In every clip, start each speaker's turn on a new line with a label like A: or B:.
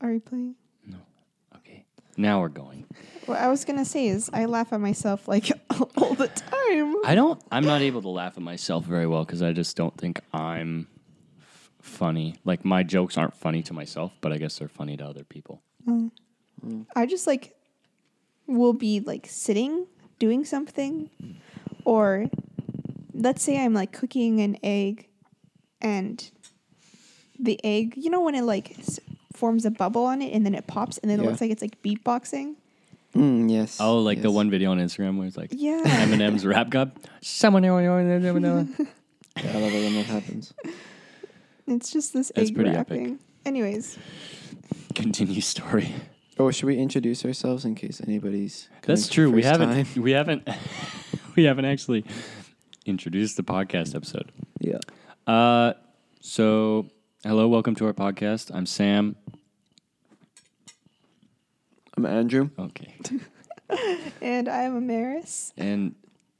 A: Are we playing?
B: Okay. Now we're going.
A: What I was gonna say is I laugh at myself like all the time.
B: I don't. I'm not able to laugh at myself very well because I just don't think I'm f- funny. Like my jokes aren't funny to myself, but I guess they're funny to other people.
A: I just like will be like sitting doing something or let's say I'm like cooking an egg and the egg, you know when it like s- forms a bubble on it and then it pops and then it
C: Yeah.
A: looks like it's like beatboxing?
C: Mm, yes.
B: Oh, like the
C: yes.
B: one video on Instagram where it's like
A: Yeah.
B: Eminem's rap god. Someone
C: Yeah, I love it when that happens.
A: it's just this
B: That's
A: egg
B: pretty epic.
A: wrapping. Anyways,
B: continue story.
C: Oh, should we introduce ourselves in case anybody's? coming
B: That's
C: for the
B: true. We
C: first
B: haven't.
C: time?
B: We haven't. we haven't actually introduced the podcast episode.
C: Yeah.
B: Uh, so hello, welcome to our podcast. I'm Sam.
C: I'm Andrew.
B: Okay.
A: and I'm Amaris.
B: And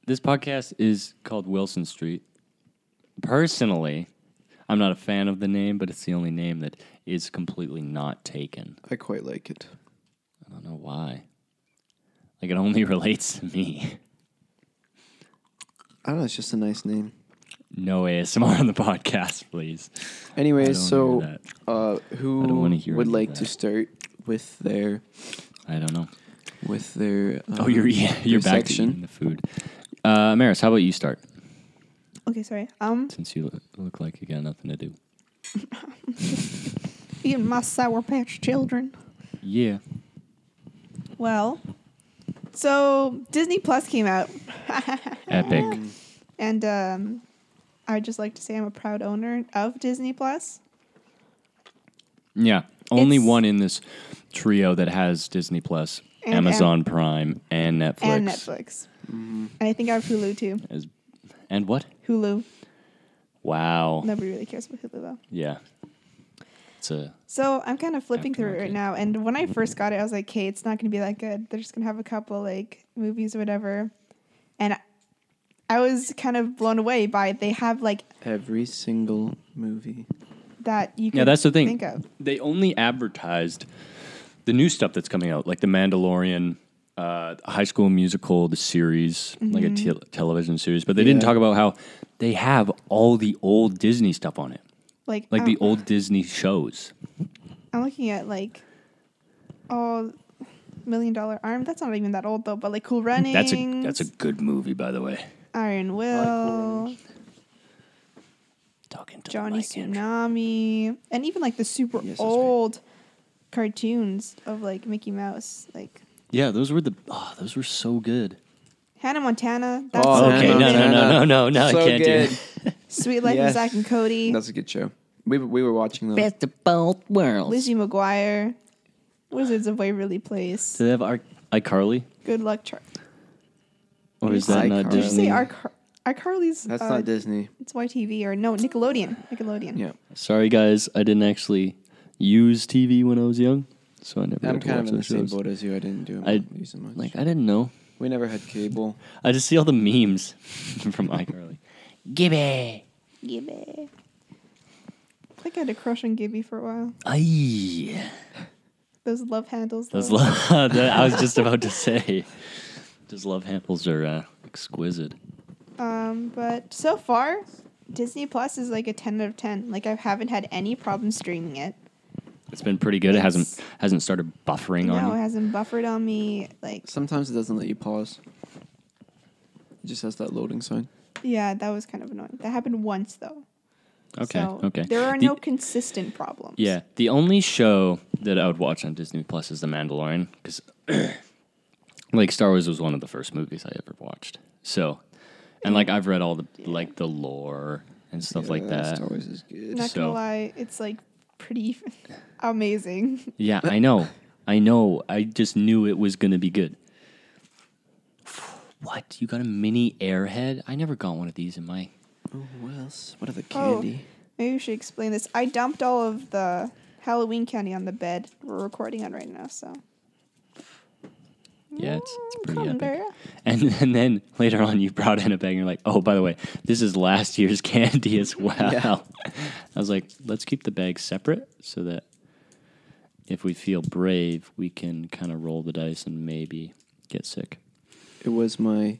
B: this podcast is called Wilson Street. Personally, I'm not a fan of the name, but it's the only name that is completely not taken.
C: I quite like it.
B: I don't know why. Like it only relates to me.
C: I don't know. It's just a nice name.
B: No ASMR on the podcast, please. I
C: Anyways,
B: don't hear
C: so
B: that.
C: uh,
B: don't
C: who
B: wanna hear
C: would
B: any of
C: like to
B: that.
C: start with their
B: I don't know.
C: with their? Um,
B: Oh, you're yeah, you're
C: their
B: back
C: um, section.
B: to eating the food. Uh, Maris, how about you start?
A: Okay, sorry. Um
B: Since you look, look like you got nothing to do.
A: even my sour patch children.
B: Yeah.
A: Well, so Disney Plus came out.
B: Epic.
A: And um, I just like to say I'm a proud owner of Disney Plus.
B: Yeah. Only
A: It's-
B: one in this trio that has Disney Plus,
A: And
B: Amazon Prime, and Netflix.
A: and Netflix. And I think I have Hulu too.
B: As- and what?
A: Hulu.
B: Wow.
A: Nobody really cares about Hulu though.
B: Yeah. It's a
A: So I'm kind of flipping through it right
B: Aftermarket.
A: now. And when I first got it, I was like, "Okay, it's not going to be that good. They're just going to have a couple like movies or whatever." And I, I was kind of blown away by they have like
C: Every single movie.
A: that you can
B: yeah. That's the thing.
A: think of.
B: They only advertised the new stuff that's coming out, like The Mandalorian, uh, High School Musical, the series, like a
A: Mm-hmm.
B: te- television series. But they didn't
C: Yeah.
B: talk about how they have all the old Disney stuff on it,
A: Like um,
B: like
A: I-
B: the old Disney shows.
A: I'm looking at like, oh, Million Dollar Arm. That's not even that old though. But like Cool Running.
B: That's a that's a good movie, by the way.
A: Iron
C: Cool
A: Will,
C: Runnings.
B: Talking to the
A: Johnny
B: mic, Andrew.
A: Tsunami, and even like the super
C: Yes, that's right.
A: old cartoons of like Mickey Mouse, like
B: Yeah, those were the oh, those were so good.
A: Hannah Montana. That's
C: Oh,
A: a
B: okay,
A: good
B: no, no,
A: one.
B: no, no, no, no,
C: So
B: I can't
C: good.
B: do that.
A: Sweet Life
C: Yes.
A: of Zack and Cody,
C: That's a good show. We we were watching those.
B: Best of both worlds.
A: Lizzie McGuire, Wizards of Waverly Place,
B: Do they have Ar- iCarly?
A: Good Luck Charlie.
B: Or is that not
C: iCarly.
A: Did you
B: Disney?
A: say our Car- our Carly's?
C: That's
A: uh,
C: not Disney.
A: It's YTV or no Nickelodeon. Nickelodeon.
C: Yeah.
B: Sorry, guys, I didn't actually use TV when I was young, so I never
C: I'm
B: got to
C: kind of
B: watch
C: in the
B: those
C: same
B: shows.
C: boat as you. I didn't do
B: I-
C: movies so much.
B: Like I didn't know.
C: we never had cable.
B: I just see all the memes from iCarly. Gibby.
A: Gibby. I think I had a crush on Gibby for a while.
B: Aye.
A: Those love handles.
B: Those
A: though.
B: lo- that I was just about to say. Those love handles are uh, exquisite.
A: Um, but so far, Disney Plus is like a ten out of ten. Like I haven't had any problem streaming it.
B: It's been pretty good. It hasn't
A: It's-
B: hasn't started buffering on
A: No,
B: you.
A: it hasn't buffered on me. Like
C: Sometimes it doesn't let you pause. It just has that loading sign.
A: yeah, that was kind of annoying. That happened once though.
B: Okay,
A: So,
B: okay.
A: There are
B: The-
A: no consistent problems.
B: Yeah, the only show that I would watch on Disney Plus is The Mandalorian because, like, Star Wars was one of the first movies I ever watched. So, and like I've read all the like the lore and stuff like that.
C: Star Wars is good.
A: Not
B: So-
A: gonna lie, it's like pretty amazing.
B: Yeah, I know, I know. I just knew it was gonna be good. What you got a mini airhead? I never got one of these in my.
C: Oh, what else? What other
A: Oh.
C: candy?
A: Maybe we should explain this. I dumped all of the Halloween candy on the bed we're recording on right now. So
B: Yeah, it's, it's
A: Mm,
B: pretty
A: come
B: epic.
A: there.
B: And, and then later on, you brought in a bag and you're like, oh, by the way, this is last year's candy as well.
C: Yeah.
B: I was like, let's keep the bags separate so that if we feel brave, we can kind of roll the dice and maybe get sick.
C: It was my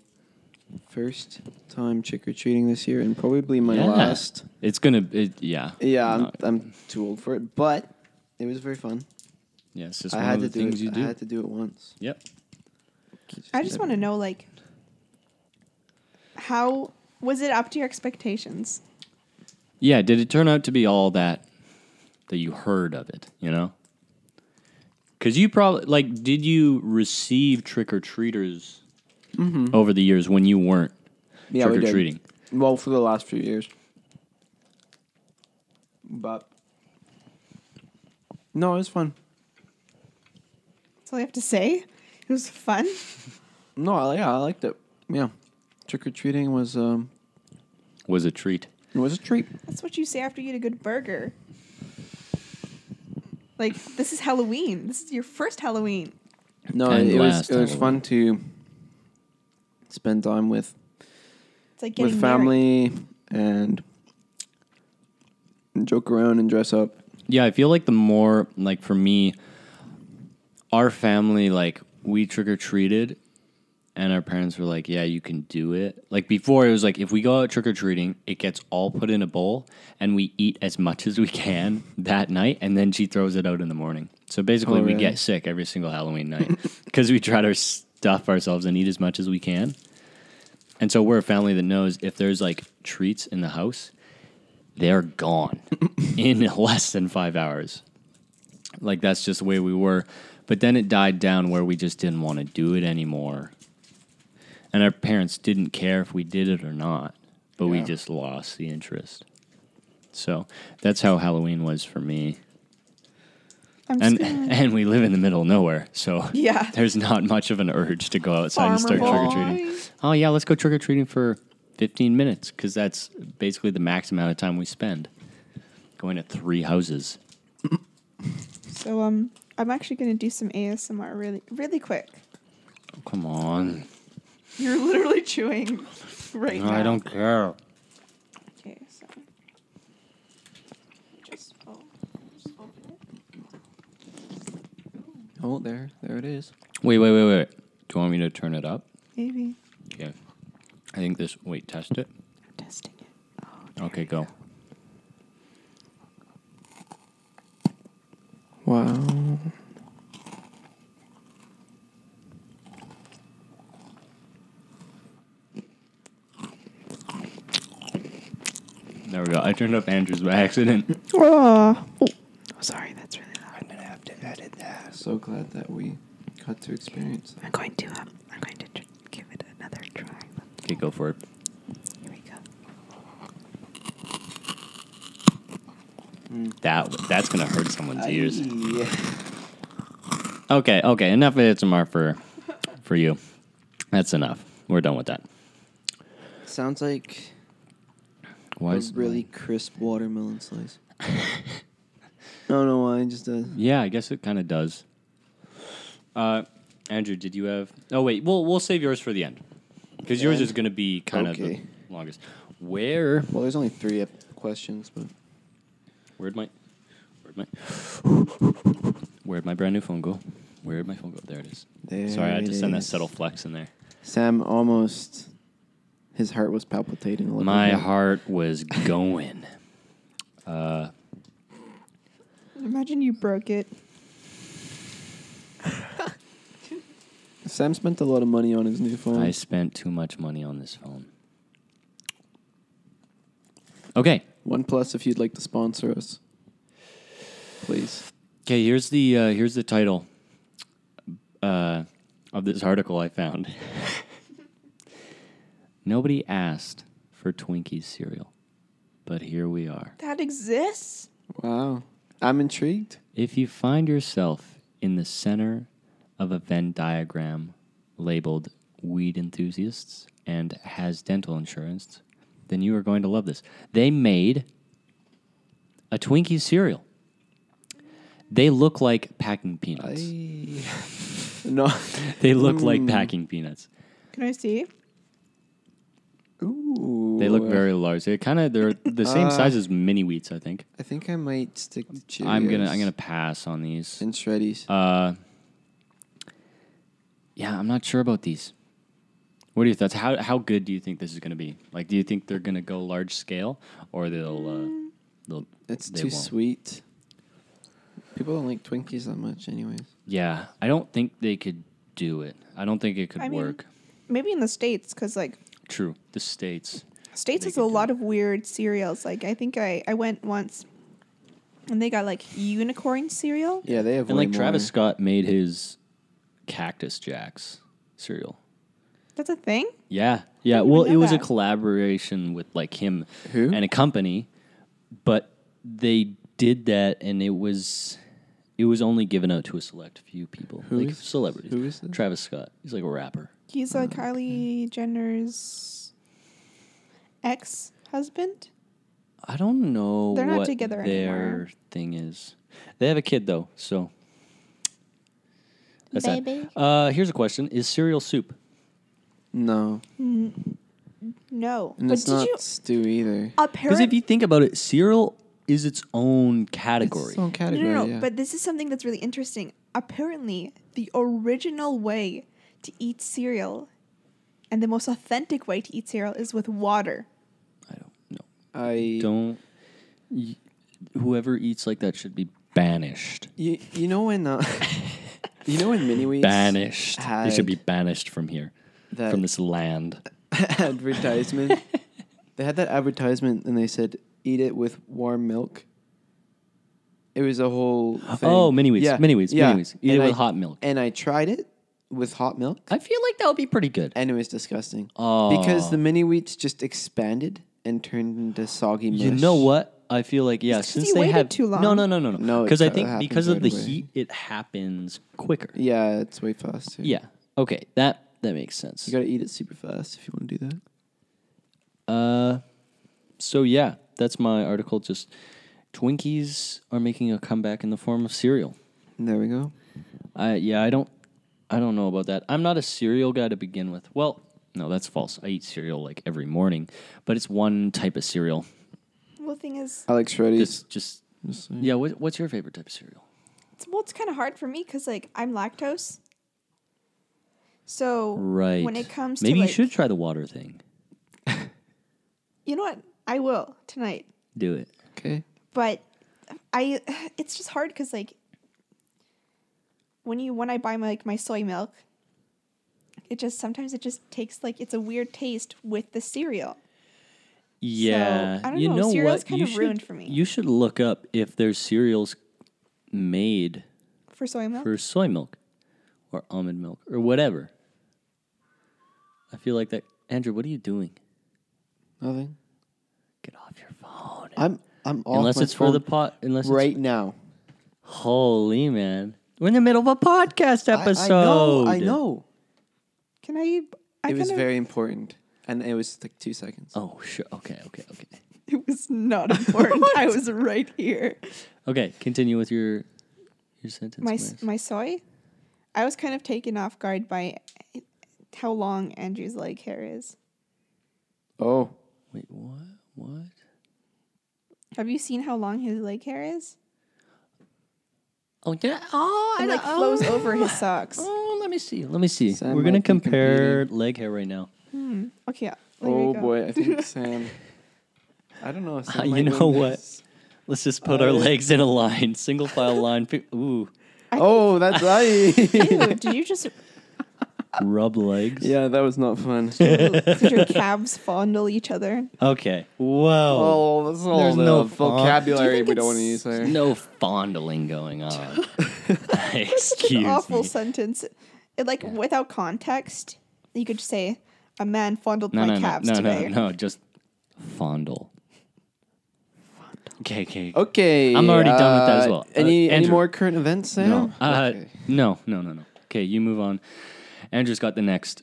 C: first time trick or treating this year, and probably my
B: Yeah.
C: last.
B: It's gonna, it, yeah,
C: Yeah, I'm,
B: No.
C: I'm too old for it, but it was very fun.
B: yeah. It's just
C: I
B: one
C: had
B: of
C: to
B: the
C: do
B: things
C: it.
B: you do.
C: I had to do it once.
B: Yep.
A: I just want to know, like, how was it up to your expectations?
B: Yeah. Did it turn out to be all that that you heard of it? You know, because you probably like, did you receive trick or treaters over the years when you weren't
C: Yeah, we
B: trick
C: did.
B: or treating?
C: Well, for the last few years. But no, it was fun.
A: That's all you have to say. It was fun.
C: No, I, yeah, I liked it. Yeah, trick or treating was um
B: Was a treat.
C: it was a treat.
A: That's what you say after you eat a good burger. Like, this is Halloween. This is your first Halloween.
C: No,
B: And
C: it, it was
B: last
C: it was
B: Halloween.
C: fun to spend time with
A: It's like getting
C: with
A: married.
C: family and joke around and dress up.
B: Yeah, I feel like the more like for me, our family like we trick or treated, and our parents were like, "Yeah, you can do it." Like before, it was like if we go out trick or treating, it gets all put in a bowl, and we eat as much as we can that night, and then she throws it out in the morning. So basically,
C: Oh,
B: we
C: really?
B: get sick every single Halloween night because we try to stuff ourselves and eat as much as we can. And so we're a family that knows if there's like treats in the house, they're gone in less than five hours. Like that's just the way we were. But then it died down where we just didn't want to do it anymore. And our parents didn't care if we did it or not, but we
C: Yeah.
B: just lost the interest. So that's how Halloween was for me.
A: I'm just
B: And
A: gonna-
B: and we live in the middle of nowhere, so
A: Yeah.
B: there's not much of an urge to go outside and start
A: Farmer
B: trick or treating
A: boy.
B: oh yeah, let's go trick or treating for 15 minutes because that's basically the max amount of time we spend going to three houses.
A: So um, I'm actually gonna do some ASMR really, really quick.
B: Oh, come on,
A: You're literally chewing right
B: No,
A: now.
B: I don't care.
A: Okay, so just oh, just open it.
C: Oh, there, there it is.
B: Wait, wait, wait, wait. Do you want me to turn it up?
A: Maybe
B: Okay. I think this. Wait, test it.
A: I'm testing it.
B: Okay, go.
C: Wow.
B: There we go. I turned up Andrew's by accident.
A: Oh, sorry, that's really loud.
C: I'm gonna have to edit that. So glad that we got to experience that.
A: I'm going to um, I'm going to give it another try.
B: Okay, go for it.
A: Here we go.
B: That that's gonna hurt someone's ears.
C: Yeah.
B: Okay, okay. Enough of ASMR for for you. That's enough. We're done with that.
C: Sounds like
B: Why
C: a
B: is
C: really crisp watermelon slice. I don't know why, it just uh, does.
B: Yeah, I guess it kind of does. Uh, Andrew, did you have? Oh wait, we'll we'll save yours for the end because yours
C: Yeah.
B: is going to be kind of
C: Okay.
B: the longest. Where?
C: Well, there's only three ep- questions, but
B: Where'd my? Where'd my? Where'd my brand new phone go? Where'd my phone go? There it is.
C: There
B: Sorry, I had to
C: it
B: send that
C: is.
B: subtle flex in there.
C: Sam almost. His heart was palpitating a little
B: My
C: bit.
B: heart was going.
A: Imagine you broke it.
C: Sam spent a lot of money on his new phone.
B: I spent too much money on this phone. Okay,
C: One plus if you'd like to sponsor us. Please.
B: Okay, here's the uh, here's the title uh, of this article I found. Nobody asked for Twinkies cereal, but here we are.
A: That exists.
C: Wow. I'm intrigued.
B: If you find yourself in the center of a Venn diagram labeled weed enthusiasts and has dental insurance, then you are going to love this. They made a Twinkie cereal. They look like packing peanuts.
C: I. no. Hmm.
B: They look like packing peanuts.
A: Can I see?
C: Ooh.
B: They look very large. They're kind of they're the same
C: Uh,
B: size as mini wheats. I think.
C: I think I might stick to Cheerios.
B: I'm gonna I'm gonna pass on these.
C: and Shreddies.
B: Uh, yeah, I'm not sure about these. What are your thoughts? How how good do you think this is gonna be? Like, do you think they're gonna go large scale, or they'll uh, they'll
C: It's
B: they
C: too
B: won't?
C: sweet. People don't like Twinkies that much, anyways.
B: Yeah, I don't think they could do it. I don't think it could
A: I mean-
B: work.
A: Maybe in the states, because like
B: True, the states.
A: States
B: They
A: has
B: could
A: a
B: do
A: lot of weird cereals. Like I think I, I went once and they got like unicorn cereal.
C: Yeah, they have.
B: And
C: way
B: like Travis
C: more.
B: Scott made his Cactus Jacks cereal.
A: That's a thing?
B: Yeah, yeah.
A: didn't
B: Well,
A: know
B: it was a
A: that.
B: collaboration with like him
C: Who?
B: and a company, but they did that, and it was it was only given out to a select few people,
C: Who
B: like
C: is-
B: celebrities.
C: who is this?
B: Travis Scott? He's like a rapper.
A: He's like Kylie Jenner's ex husband.
B: I don't know.
A: They're not
B: what
A: together
B: Their
A: anymore.
B: thing is, they have a kid though, so that's that.
A: Baby.
B: Uh, here's a question: Is cereal soup?
C: No,
A: No.
C: and
A: but
C: it's
A: did
C: not
A: you
C: stew either.
B: Because if
A: apparently
B: you think about it, cereal is its own
C: It's
B: category.
C: its own
A: no,
C: category.
A: no, no,
C: yeah.
A: but this is something that's really interesting. Apparently, the original way to eat cereal and the most authentic way to eat cereal is with water.
B: I don't know.
C: I
B: Don't. y- Whoever eats like that should be banished.
C: You, you know when uh, you know when mini wheats
B: Banished. They should be
C: had
B: banished from here,
C: that
B: from this land.
C: advertisement. they had that advertisement and they said eat it with warm milk. It was a whole thing.
B: Oh, mini wheats, mini wheats, mini wheats. Eat it
C: And
B: with
C: I-
B: hot milk.
C: And I tried it with hot milk
B: I feel like that would be pretty good.
C: and it was disgusting.
B: Oh.
C: Because the mini wheats just expanded and turned into soggy mush.
B: You know what? I feel like yeah.
A: 'cause
B: Since
A: you
B: they
A: waited
B: have
A: too long.
B: No, no, no, no, no.
C: No,
B: Because
C: it
B: I think
C: happens
B: because of
C: right
B: the
C: away.
B: heat, it happens quicker.
C: Yeah, it's way faster.
B: Yeah. Okay. That that makes sense.
C: You gotta eat it super fast if you want to do that.
B: Uh, so yeah, that's my article. Just Twinkies are making a comeback in the form of cereal.
C: And there we go.
B: I yeah, I don't I don't know about that. I'm not a cereal guy to begin with. Well, no, that's false. I eat cereal like every morning, but it's one type of cereal.
A: Well, the thing is,
C: I like Shreddies.
B: It's just
C: Just saying.
B: yeah. What, what's your favorite type of cereal?
A: it's, well, it's kind of hard for me because like I'm lactose. So
B: Right.
A: when it comes
B: maybe
A: to
B: you
A: like,
B: should try the water thing.
A: you know what I will tonight,
B: Do it.
C: Okay.
A: but I it's just hard because like when you when I buy my, like my soy milk, it just sometimes it just takes like it's a weird taste with the cereal.
B: Yeah,
A: I don't
B: you
A: know,
B: know
A: cereal's
B: what?
A: kind
B: you
A: of
B: should,
A: ruined for me.
B: You should look up if there's cereals made
A: For soy milk,
B: for soy milk or almond milk or whatever. I feel like that. Andrew, what are you doing?
C: Nothing.
B: Get off your phone.
C: I'm I'm off
B: unless
C: my
B: it's for
C: phone
B: the pot. Unless
C: right
B: It's,
C: now.
B: holy man, we're in the middle of a podcast
C: I-
B: episode.
C: I, know. I know.
A: can I? I
C: it was
A: kinda-
C: very important, and it was like two seconds.
B: Oh sure. Okay. Okay. Okay.
A: It was not important. I was right here.
B: Okay. Continue with your your sentence.
A: my
B: Max.
A: s my soy. I was kind of taken off guard by how long Andrew's leg hair is.
C: Oh,
B: Wait. What? What?
A: Have you seen how long his leg hair is?
B: Oh yeah. Oh,
A: It
B: I
A: like
B: know.
A: flows over his socks.
B: Oh, let me see. Let me see.
C: Sam
B: We're gonna
C: might be
B: compare leg hair right now.
A: Okay. uh, there we
C: oh
A: go.
C: boy! I think Sam. I don't know. If Sam
B: Uh, you
C: might
B: know
C: win
B: what?
C: this.
B: Let's just put
C: Uh,
B: our legs in a line, single file line. Fi- Ooh,
C: Oh, that's I.
A: Ew, did you just
B: rub legs.
C: yeah, that was not fun.
A: did your calves fondle each other?
B: Okay. Whoa.
C: oh, that's all
B: There's
C: the
B: no fun.
C: vocabulary
A: Do you think
C: we don't want to
A: it's-
C: use there.
B: No fondling going on.
A: Such an
B: Excuse
A: awful
B: me.
A: sentence. It like without context, you could just say, "A man fondled
B: No,
A: my
B: no, no,
A: calves
B: no, no,
A: today."
B: no. Just fondle. Okay, okay.
C: Okay,
B: I'm already done with that as
C: uh,
B: well. Uh,
C: Any any
B: Andrew.
C: more current events, Sam?
B: No. Uh,
C: Okay.
B: no, no, no, no. Okay, you move on. Andrew's got the next.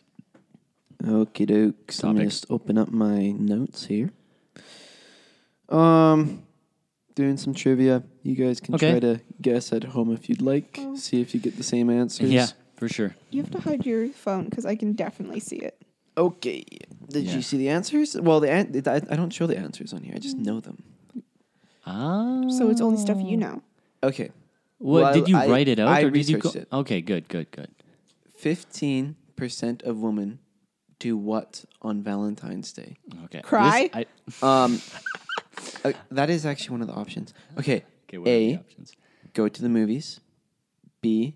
C: Okie dokes. Let me
B: Topic.
C: just open up my notes here. Um, doing some trivia. You guys can
B: Okay.
C: try to guess at home if you'd like. See if you get the same answers.
B: Yeah, for sure.
A: You have to hide your phone because I can definitely see it.
C: Okay. Did
B: Yeah.
C: you see the answers? Well, the an- I, I don't show the answers on here. I just know them.
B: Ah.
A: So it's only stuff you know.
C: Okay,
B: What
C: Well,
B: did you
C: I-
B: write it out
C: I
B: or did you go?
C: researched it.
B: Okay, good, good, good.
C: fifteen percent of women do what on Valentine's Day?
B: Okay.
A: Cry?
B: This- I,
C: Um, uh, that is actually one of the options. Okay,
B: okay, what are the
C: A
B: options?
C: go to the movies. B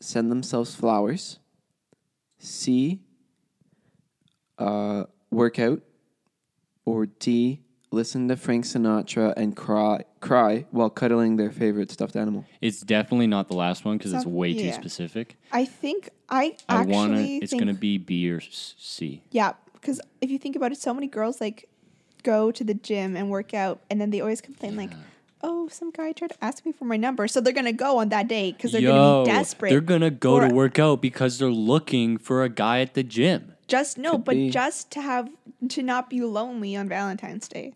C: send themselves flowers. C uh, work out. Or D listen to Frank Sinatra and cry cry while cuddling their favorite stuffed animal.
B: It's definitely not the last one because it's
A: Some-
B: way too
A: yeah.
B: specific.
A: I think I
B: I
A: actually
B: want to. It's
A: think
B: going to be B or s- C.
A: Yeah, because if you think about it, so many girls like go to the gym and work out, and then they always complain like, "Oh, some guy tried to ask me for my number," so they're gonna go on that day because they're gonna be desperate.
B: They're gonna go to
A: for-
B: work out because they're looking for a guy at the gym.
A: just no, but
C: be.
A: just to have to not be lonely on Valentine's Day.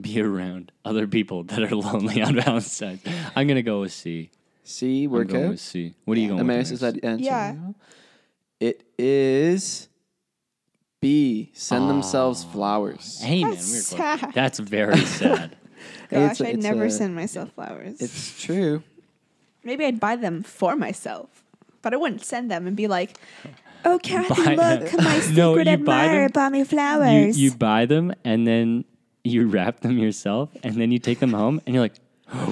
B: Be around other people that are lonely on Valentine's. I'm gonna go with C.
C: C
B: I'm
C: work
B: going
C: out.
B: with C. What are you going
C: Amaris
B: with?
C: is
B: Amaris?
C: that answer?
A: Yeah.
C: now? It is B. Send
B: Ah.
C: themselves flowers.
B: Hey man,
A: That's
B: we're
A: sad.
B: close. That's very sad.
C: Hey,
A: Gosh,
C: it's a-
A: I'd
C: it's
A: never
C: a-
A: send myself flowers.
C: It's true.
A: Maybe I'd buy them for myself, but I wouldn't send them and be like, "Oh,
B: Buy-
A: Kathy, look, my secret
B: No, you buy
A: admirer
B: them-
A: bought me
B: you,
A: flowers."
B: you buy them and then you wrap them yourself and then you take them home and you're like,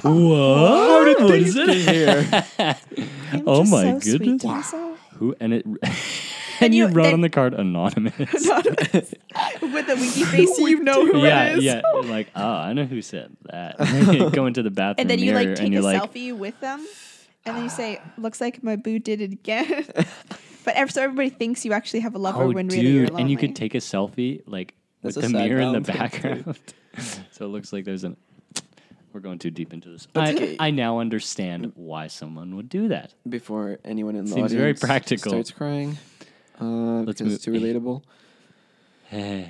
B: whoa, how did things get here?
A: I'm
B: oh
A: just
B: my
A: so sweet to
B: goodness.
A: myself.
B: Who and it and,
A: you-
B: you, wrote
A: then-
B: on the card anonymous.
A: with a winky face, so you know who
B: yeah,
A: it is.
B: yeah. Like, oh, I know who said that. Go into the bathroom
A: And then you
B: mirror
A: like take a
B: and you're like,
A: selfie with them, and then you say, "Looks like my boo did it again." but ev- so everybody thinks you actually have a lover
B: oh,
A: when
B: dude,
A: really you're lonely.
B: and you could take a selfie like
C: That's
B: with
C: a
B: the
C: sad
B: mirror in the
C: Valentine's
B: background. so it looks like there's an. We're going too deep into this. I,
C: okay.
B: I now understand why someone would do that.
C: Before anyone in the
B: Seems
C: audience
B: very practical.
C: starts crying, uh,
B: Let's
C: because it's too
B: move-
C: relatable.
B: Eh.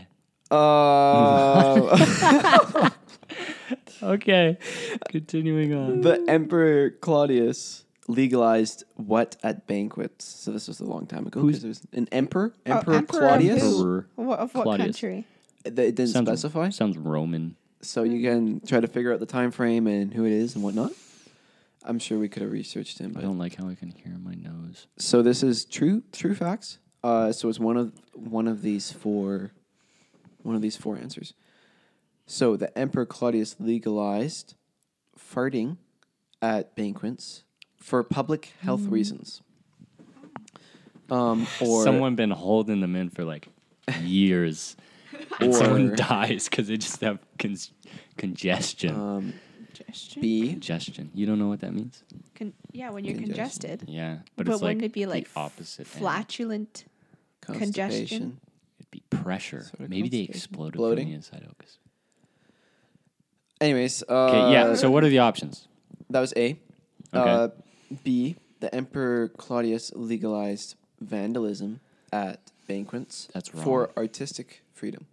C: Uh,
B: Okay. Continuing on.
C: the Emperor Claudius legalized what at banquets? So this was a long time ago. Who's was an emperor? Emperor,
A: emperor of
C: Claudius.
A: who?
B: Emperor
A: What, of what
B: Claudius.
A: country?
C: They- It didn't
B: Sounds-
C: specify.
B: Sounds Roman.
C: so you can try to figure out the time frame and who it is and whatnot. I'm sure we could have researched him.
B: I
C: But
B: don't like how I can hear my nose.
C: so this is true true facts. Uh, so it's one of one of these four one of these four answers. So the Emperor Claudius legalized farting at banquets for public health reasons. Um, or
B: Someone been holding them in for like years. and someone
C: Or-
B: dies because they just have con- congestion.
C: um,
A: Congestion.
C: B
B: congestion. You don't know what that means?
A: Con- yeah, when you're
C: Congestion.
A: congested.
B: Yeah. But,
A: But,
B: it's like
A: wouldn't it be
B: the
A: like
B: opposite. end.
A: flatulent?
C: constipation.
A: Congestion.
B: It'd be pressure.
C: Sort of
B: Maybe they
C: constipation.
B: exploded
C: Bloating.
B: from the inside out. 'cause-
C: Anyways, uh,
B: Okay, yeah. So what are the options?
C: That was A. Uh,
B: Okay.
C: B. The Emperor Claudius legalized vandalism at banquets
B: That's wrong.
C: for artistic freedom.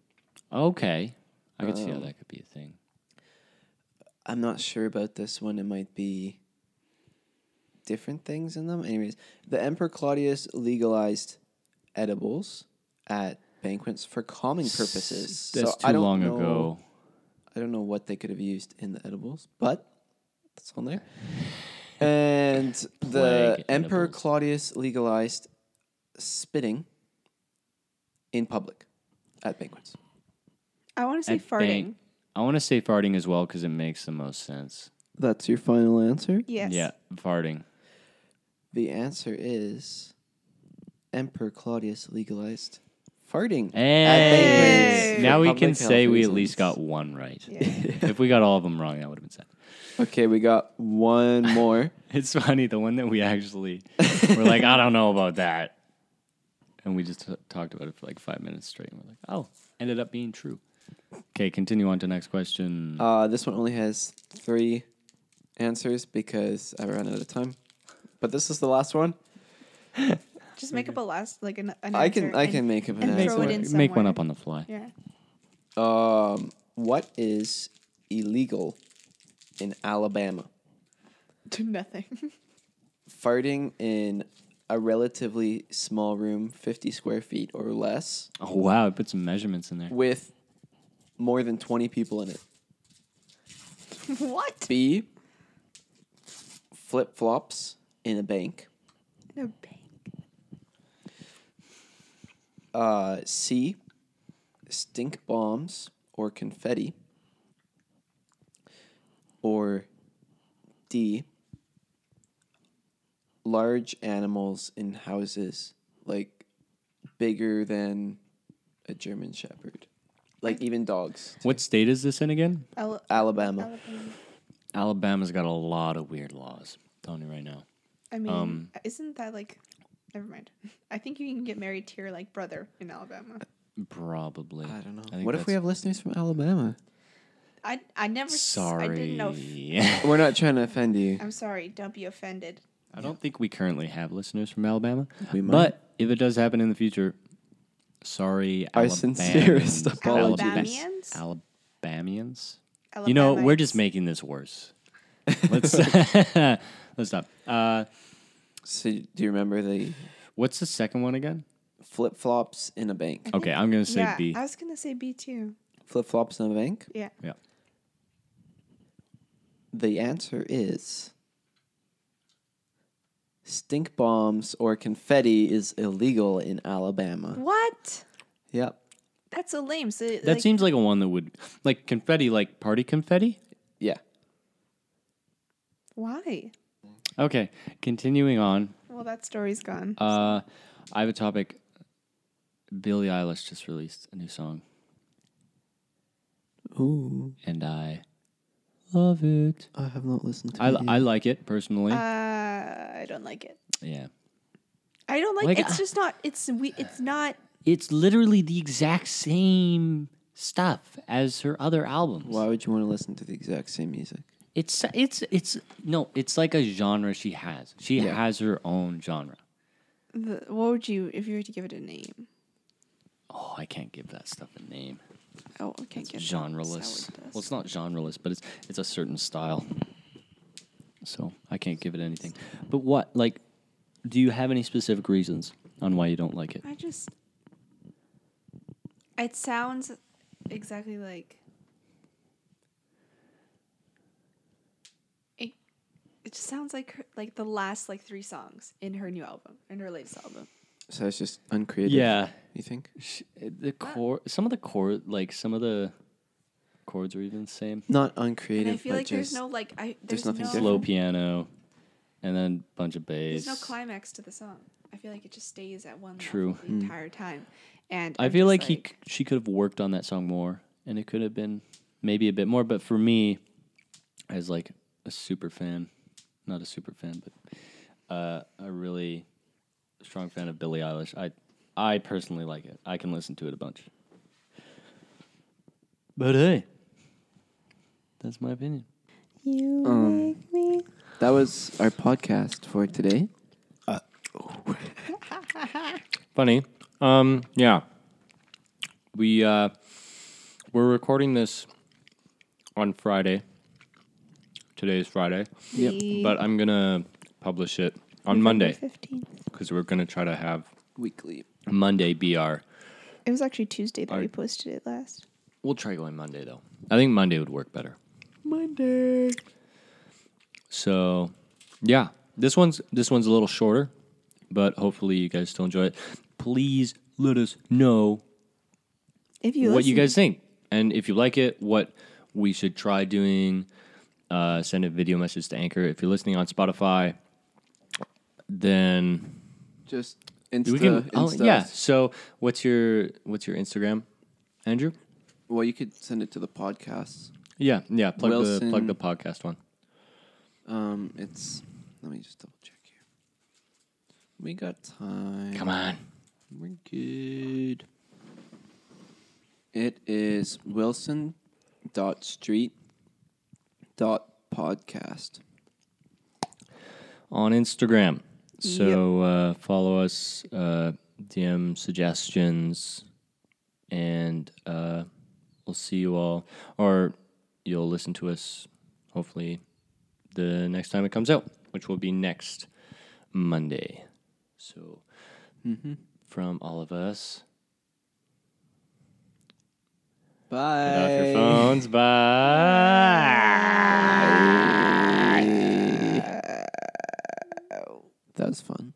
B: Okay. I could see
C: Oh.
B: how that could be a thing.
C: I'm not sure about this one. It might be different things in them. Anyways, the Emperor Claudius legalized edibles at banquets for calming purposes.
B: That's
C: So
B: too
C: I don't
B: long
C: know-
B: ago.
C: I don't know what they could have used in the edibles, but that's on there. And the
B: Plague
C: Emperor
B: edibles.
C: Claudius legalized spitting in public at banquets.
A: I want to say
B: I
A: farting.
B: think- I want to say farting as well because it makes the most sense.
C: That's your final answer?
A: Yes.
B: Yeah, farting.
C: The answer is Emperor Claudius legalized farting at
B: Hey!
C: banquets. for
B: Now we
C: public
B: can
C: health
B: say we at
C: reasons.
B: least got one right.
A: Yeah.
B: if we got all of them wrong, that would have been sad.
C: Okay, we got one more.
B: It's funny, the one that we actually were like, I don't know about that. And we just t- talked about it for like five minutes straight. And we're like, oh, ended up being true. Okay, continue on to next question.
C: Uh, this one only has three answers because I ran out of time. But this is the last one.
A: Just make up a last like an. an
C: I can
A: answer
C: I
A: and-
C: can make up an
A: and
C: answer.
A: throw it in
B: Make one
A: somewhere.
B: up on the fly.
A: Yeah.
C: Um, what is illegal in Alabama?
A: Do nothing.
C: Farting in a relatively small room, 50 square feet or less,
B: Oh wow, it put some measurements in there.
C: with more than 20 people in it.
A: what?
C: B, flip flops in a bank.
A: In a bank.
C: Uh, C, stink bombs or confetti. Or D, large animals in houses, like bigger than a German Shepherd, like even dogs.
B: What state is this in again?
A: Ele-
C: Alabama.
A: Alabama.
B: Alabama's got a lot of weird laws. I'm telling you right now.
A: I mean,
B: Um,
A: isn't that like? Never mind. I think you can get married to your like brother in Alabama.
B: Probably.
C: I don't know.
B: think
C: what if
B: that's-
C: we have listeners from Alabama?
A: I I never. s-
B: Sorry.
A: I didn't know. If,
C: We're not trying to offend you.
A: I'm sorry. Don't be offended.
B: I don't think we currently have listeners from Alabama.
C: We might.
B: But if it does happen in the future, sorry,
C: Our
B: Alabamans.
C: sincerest apologies.
A: Alabamians?
B: Alabamians.
A: Alabama.
B: You know, we're just making this worse. Let's let's stop. Uh,
C: So, do you remember the
B: what's the second one again?
C: flip flops in a bank?
B: Okay, I'm gonna say
A: yeah,
B: B.
A: I was gonna say B too.
C: Flip flops in a bank?
A: Yeah.
B: yeah.
C: The answer is stink bombs or confetti is illegal in Alabama.
A: What?
C: Yep.
A: That's a lame. So that
B: That seems like a one that would like confetti, like party confetti.
C: Yeah.
A: why?
B: Okay, continuing on.
A: Well, that story's gone.
B: Uh, I have a topic. Billie Eilish just released a new song,
C: Ooh,
B: and I love it.
C: I have not listened to
B: I,
C: it.
B: I like it personally.
A: uh, I don't like it.
B: yeah.
A: I don't like.
B: Like,
A: it's
B: uh,
A: just not. It's we. It's not.
B: It's literally the exact same stuff as her other albums.
C: Why would you want to listen to the exact same music?
B: It's it's it's no, it's like a genre she has. She
C: Yeah.
B: has her own genre.
A: The, what would you if you were to give it a name?
B: Oh, I can't give that stuff a name.
A: Oh, I can't get that.
B: Genreless.
A: Sourdough.
B: Well, it's not genreless, but it's it's a certain style. So I can't give it anything. But what like do you have any specific reasons on why you don't like it?
A: I just. It sounds exactly like. It, it just sounds like her, like the last like three songs in her new album, in her latest album.
C: So it's just uncreative.
B: Yeah.
C: You think?
B: Sh- eh, The core some of the chord like some of the chords are even the same.
C: Not
A: And
C: uncreative.
A: I feel
C: but
A: like there's
C: just-
A: no like I there's,
C: there's nothing
A: no
C: different.
B: Slow piano and then bunch of bass.
A: there's no climax to the song. I feel like it just stays at one
B: True. Hmm.
A: level the entire time. And
B: I
A: I'm
B: feel
A: just
B: like, he he she could have worked on that song more, and it could have been maybe a bit more. But for me, as like a super fan, not a super fan, but uh, a really strong fan of Billie Eilish, I I personally like it. I can listen to it a bunch. But hey, that's my opinion.
A: You make me
C: That was our podcast for today.
B: Funny, um, yeah. We uh, we're recording this on Friday. Today is Friday.
A: yep.
B: but I'm gonna publish it on Monday
A: Fifteenth.
B: because we're gonna try to have
C: Weekly.
B: Monday be our.
A: It was actually Tuesday that
B: Are-
A: we posted it last.
B: We'll try going Monday though. I think Monday would work better.
C: Monday.
B: So, yeah, this one's this one's a little shorter, but hopefully you guys still enjoy it. Please let us know
A: If you
B: what you
A: listen-
B: guys think and if you like it what we should try doing uh, send a video message to anchor if you're listening on spotify then
C: Just Insta.
B: we can oh,
C: Insta
B: yeah so what's your what's your instagram andrew
C: Well, you could send it to the podcast.
B: yeah yeah plug the
C: Wilson.
B: plug the podcast one
C: Um, it's. Let me just double check here. We got time.
B: come on
C: We're good. It is Wilson. Dot street. Dot podcast.
B: on instagram so uh, follow us uh, dm suggestions and uh, we'll see you all or you'll listen to us hopefully the next time it comes out which will be next monday So, from all of us,
C: Bye.
B: get off your phones. Bye.
C: That was fun.